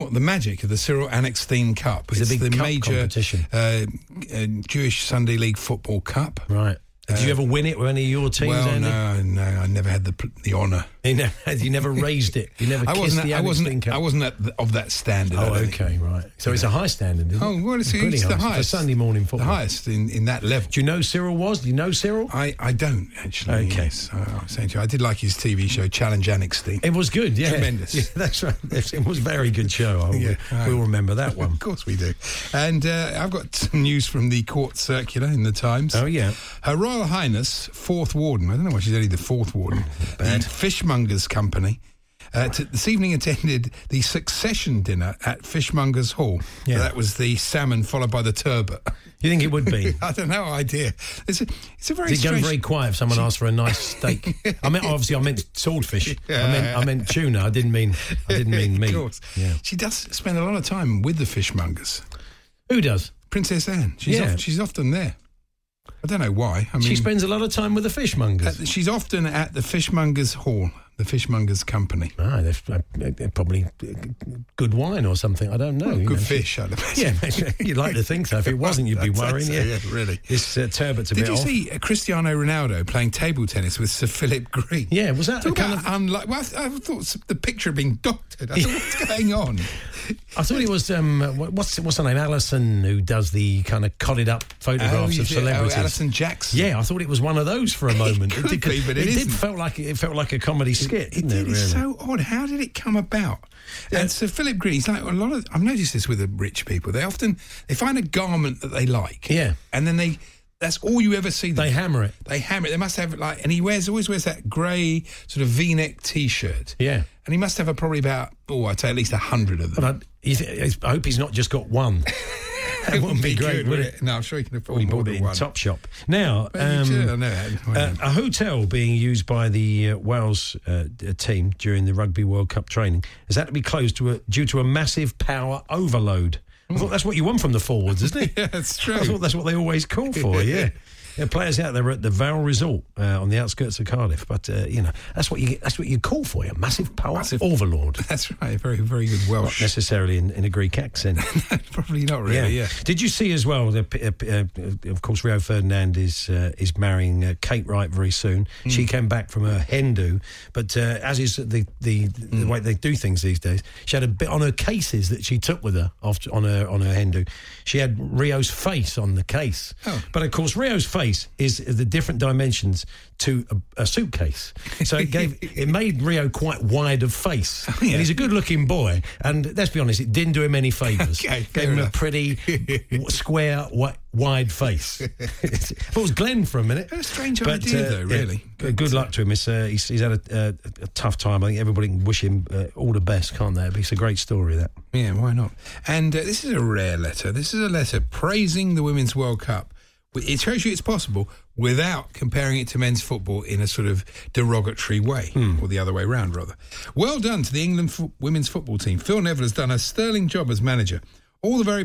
about the magic of the Cyril Annex Theme Cup. It's a big the cup major competition. Uh, uh, Jewish Sunday League Football Cup. Right. Did you ever win it with any of your teams, Uh, Well, Andy? no, no, I never had the pl- the honour. You never, you never raised it. You never I kissed wasn't. the I Annex Dean wasn't. Cup. I wasn't at the, of that standard. I Oh, don't think. okay, right. So it's a high standard, isn't Oh, it? well, it's, Pretty it's the high. highest For Sunday morning football. The highest Uh, in, in that level. Do you know Cyril was? Do you know Cyril? I, I don't actually. Okay. yes. I, I'm saying to you, I did like his TV show Challenge Annex Theme. It was good, yeah. Tremendous. Yeah, that's right. It was a very good show. I will, Yeah, right. We'll remember that one. Of course we do. And uh, I've got some news from the court circular in the Times. Oh, yeah. Her Royal Highness, Fourth Warden, I don't know why she's only the Fourth Warden, the Fishmongers Company. Uh, t- this evening attended the succession dinner at Fishmongers Hall. Yeah. That was the salmon followed by the turbot. You think it would be? I don't know, idea. It's a, it's a very Did it go strange... very quiet if someone asked for a nice steak? I meant obviously I meant swordfish. I meant I meant tuna. I didn't mean I didn't mean meat. Of course. Yeah. She does spend a lot of time with the fishmongers. Who does? Princess Anne. She's, Yeah. oft- she's often there. I don't know why. I mean, She spends a lot of time with the fishmongers. at- Uh, she's often at the Fishmongers Hall, the Fishmongers Company. Ah, they're, they're probably uh, good wine or something. I don't know. you Good know. fish, I'd imagine. Yeah, you'd like to think so. If it wasn't, you'd be I'd say worrying. so, Yeah. yeah, really. This uh, turbot's a Did bit you off. see uh, Cristiano Ronaldo playing table tennis with Sir Philip Green? Yeah, was that a Talk kind about of? unlike. Well, I, th- I thought s- the picture had been doctored. I thought, what's going on? I thought it was um, wh- what's what's her name? Alison, who does the kind of codded up Oh, photographs you of did- celebrities. Oh, Alison Jackson. Yeah, I thought it was one of those for a moment. could did, 'cause be, but it it did isn't. felt like it felt like a comedy skit, It didn't it? did. It's really? Uh, so odd. How did it come about? And Sir Philip Green, he's like a lot of. I've noticed this with the rich people. They often they find a garment that they like. Yeah. And then they. That's all you ever see. Them. They hammer it. They hammer it. They must have like, and he wears always wears that grey sort of V-neck T-shirt. Yeah. And he must have a, probably about oh, I'd say at least a hundred of them. But I, you th- I hope he's not just got one. that wouldn't be great, good, would it? No, I'm sure he can afford We more bought than it in one. Top Shop. Now, Well, you should, I um, know that. Why uh, not? a hotel being used by the uh, Wales uh, d- team during the Rugby World Cup training has had to be closed to a, due to a massive power overload. I thought that's what you want from the forwards, isn't it? yeah, that's I true. thought that's what they always call for, yeah. Yeah, players out there at the Vale Resort uh, on the outskirts of Cardiff, but uh, you know that's what you that's what you call for—a massive power Massive- overlord, That's right. Very, very good not Welsh. necessarily in, in a Greek accent. probably not really. Yeah. Did you see as well? The, p- uh, p- uh, of course, Rio Ferdinand is uh, is marrying uh, Kate Wright very soon. Hmm. She came back from her hen do, but uh, as is the the, the Hmm. way they do things these days, she had a bit on her cases that she took with her after on her on her hen do. She had Rio's face on the case, Oh. but of course, Rio's face is the different dimensions to a, a suitcase. So it gave it made Rio quite wide of face, Oh, yeah. and he's a good-looking boy. And let's be honest, it didn't do him any favors. Okay, fair gave him a enough. pretty w- square, wi- wide face. I thought it was Glenn for a minute. A strange idea, though, really. g- good luck to him. It's, uh, he's, he's had a, uh, a tough time. I think everybody can wish him uh, all the best, can't they? But it's a great story, that. Yeah, why not? And uh, this is a rare letter. This is a letter praising the Women's World Cup. It shows you it's possible without comparing it to men's football in a sort of derogatory way, or the other way round, rather. Well done to the England fo- women's football team. Phil Neville has done a sterling job as manager. All the very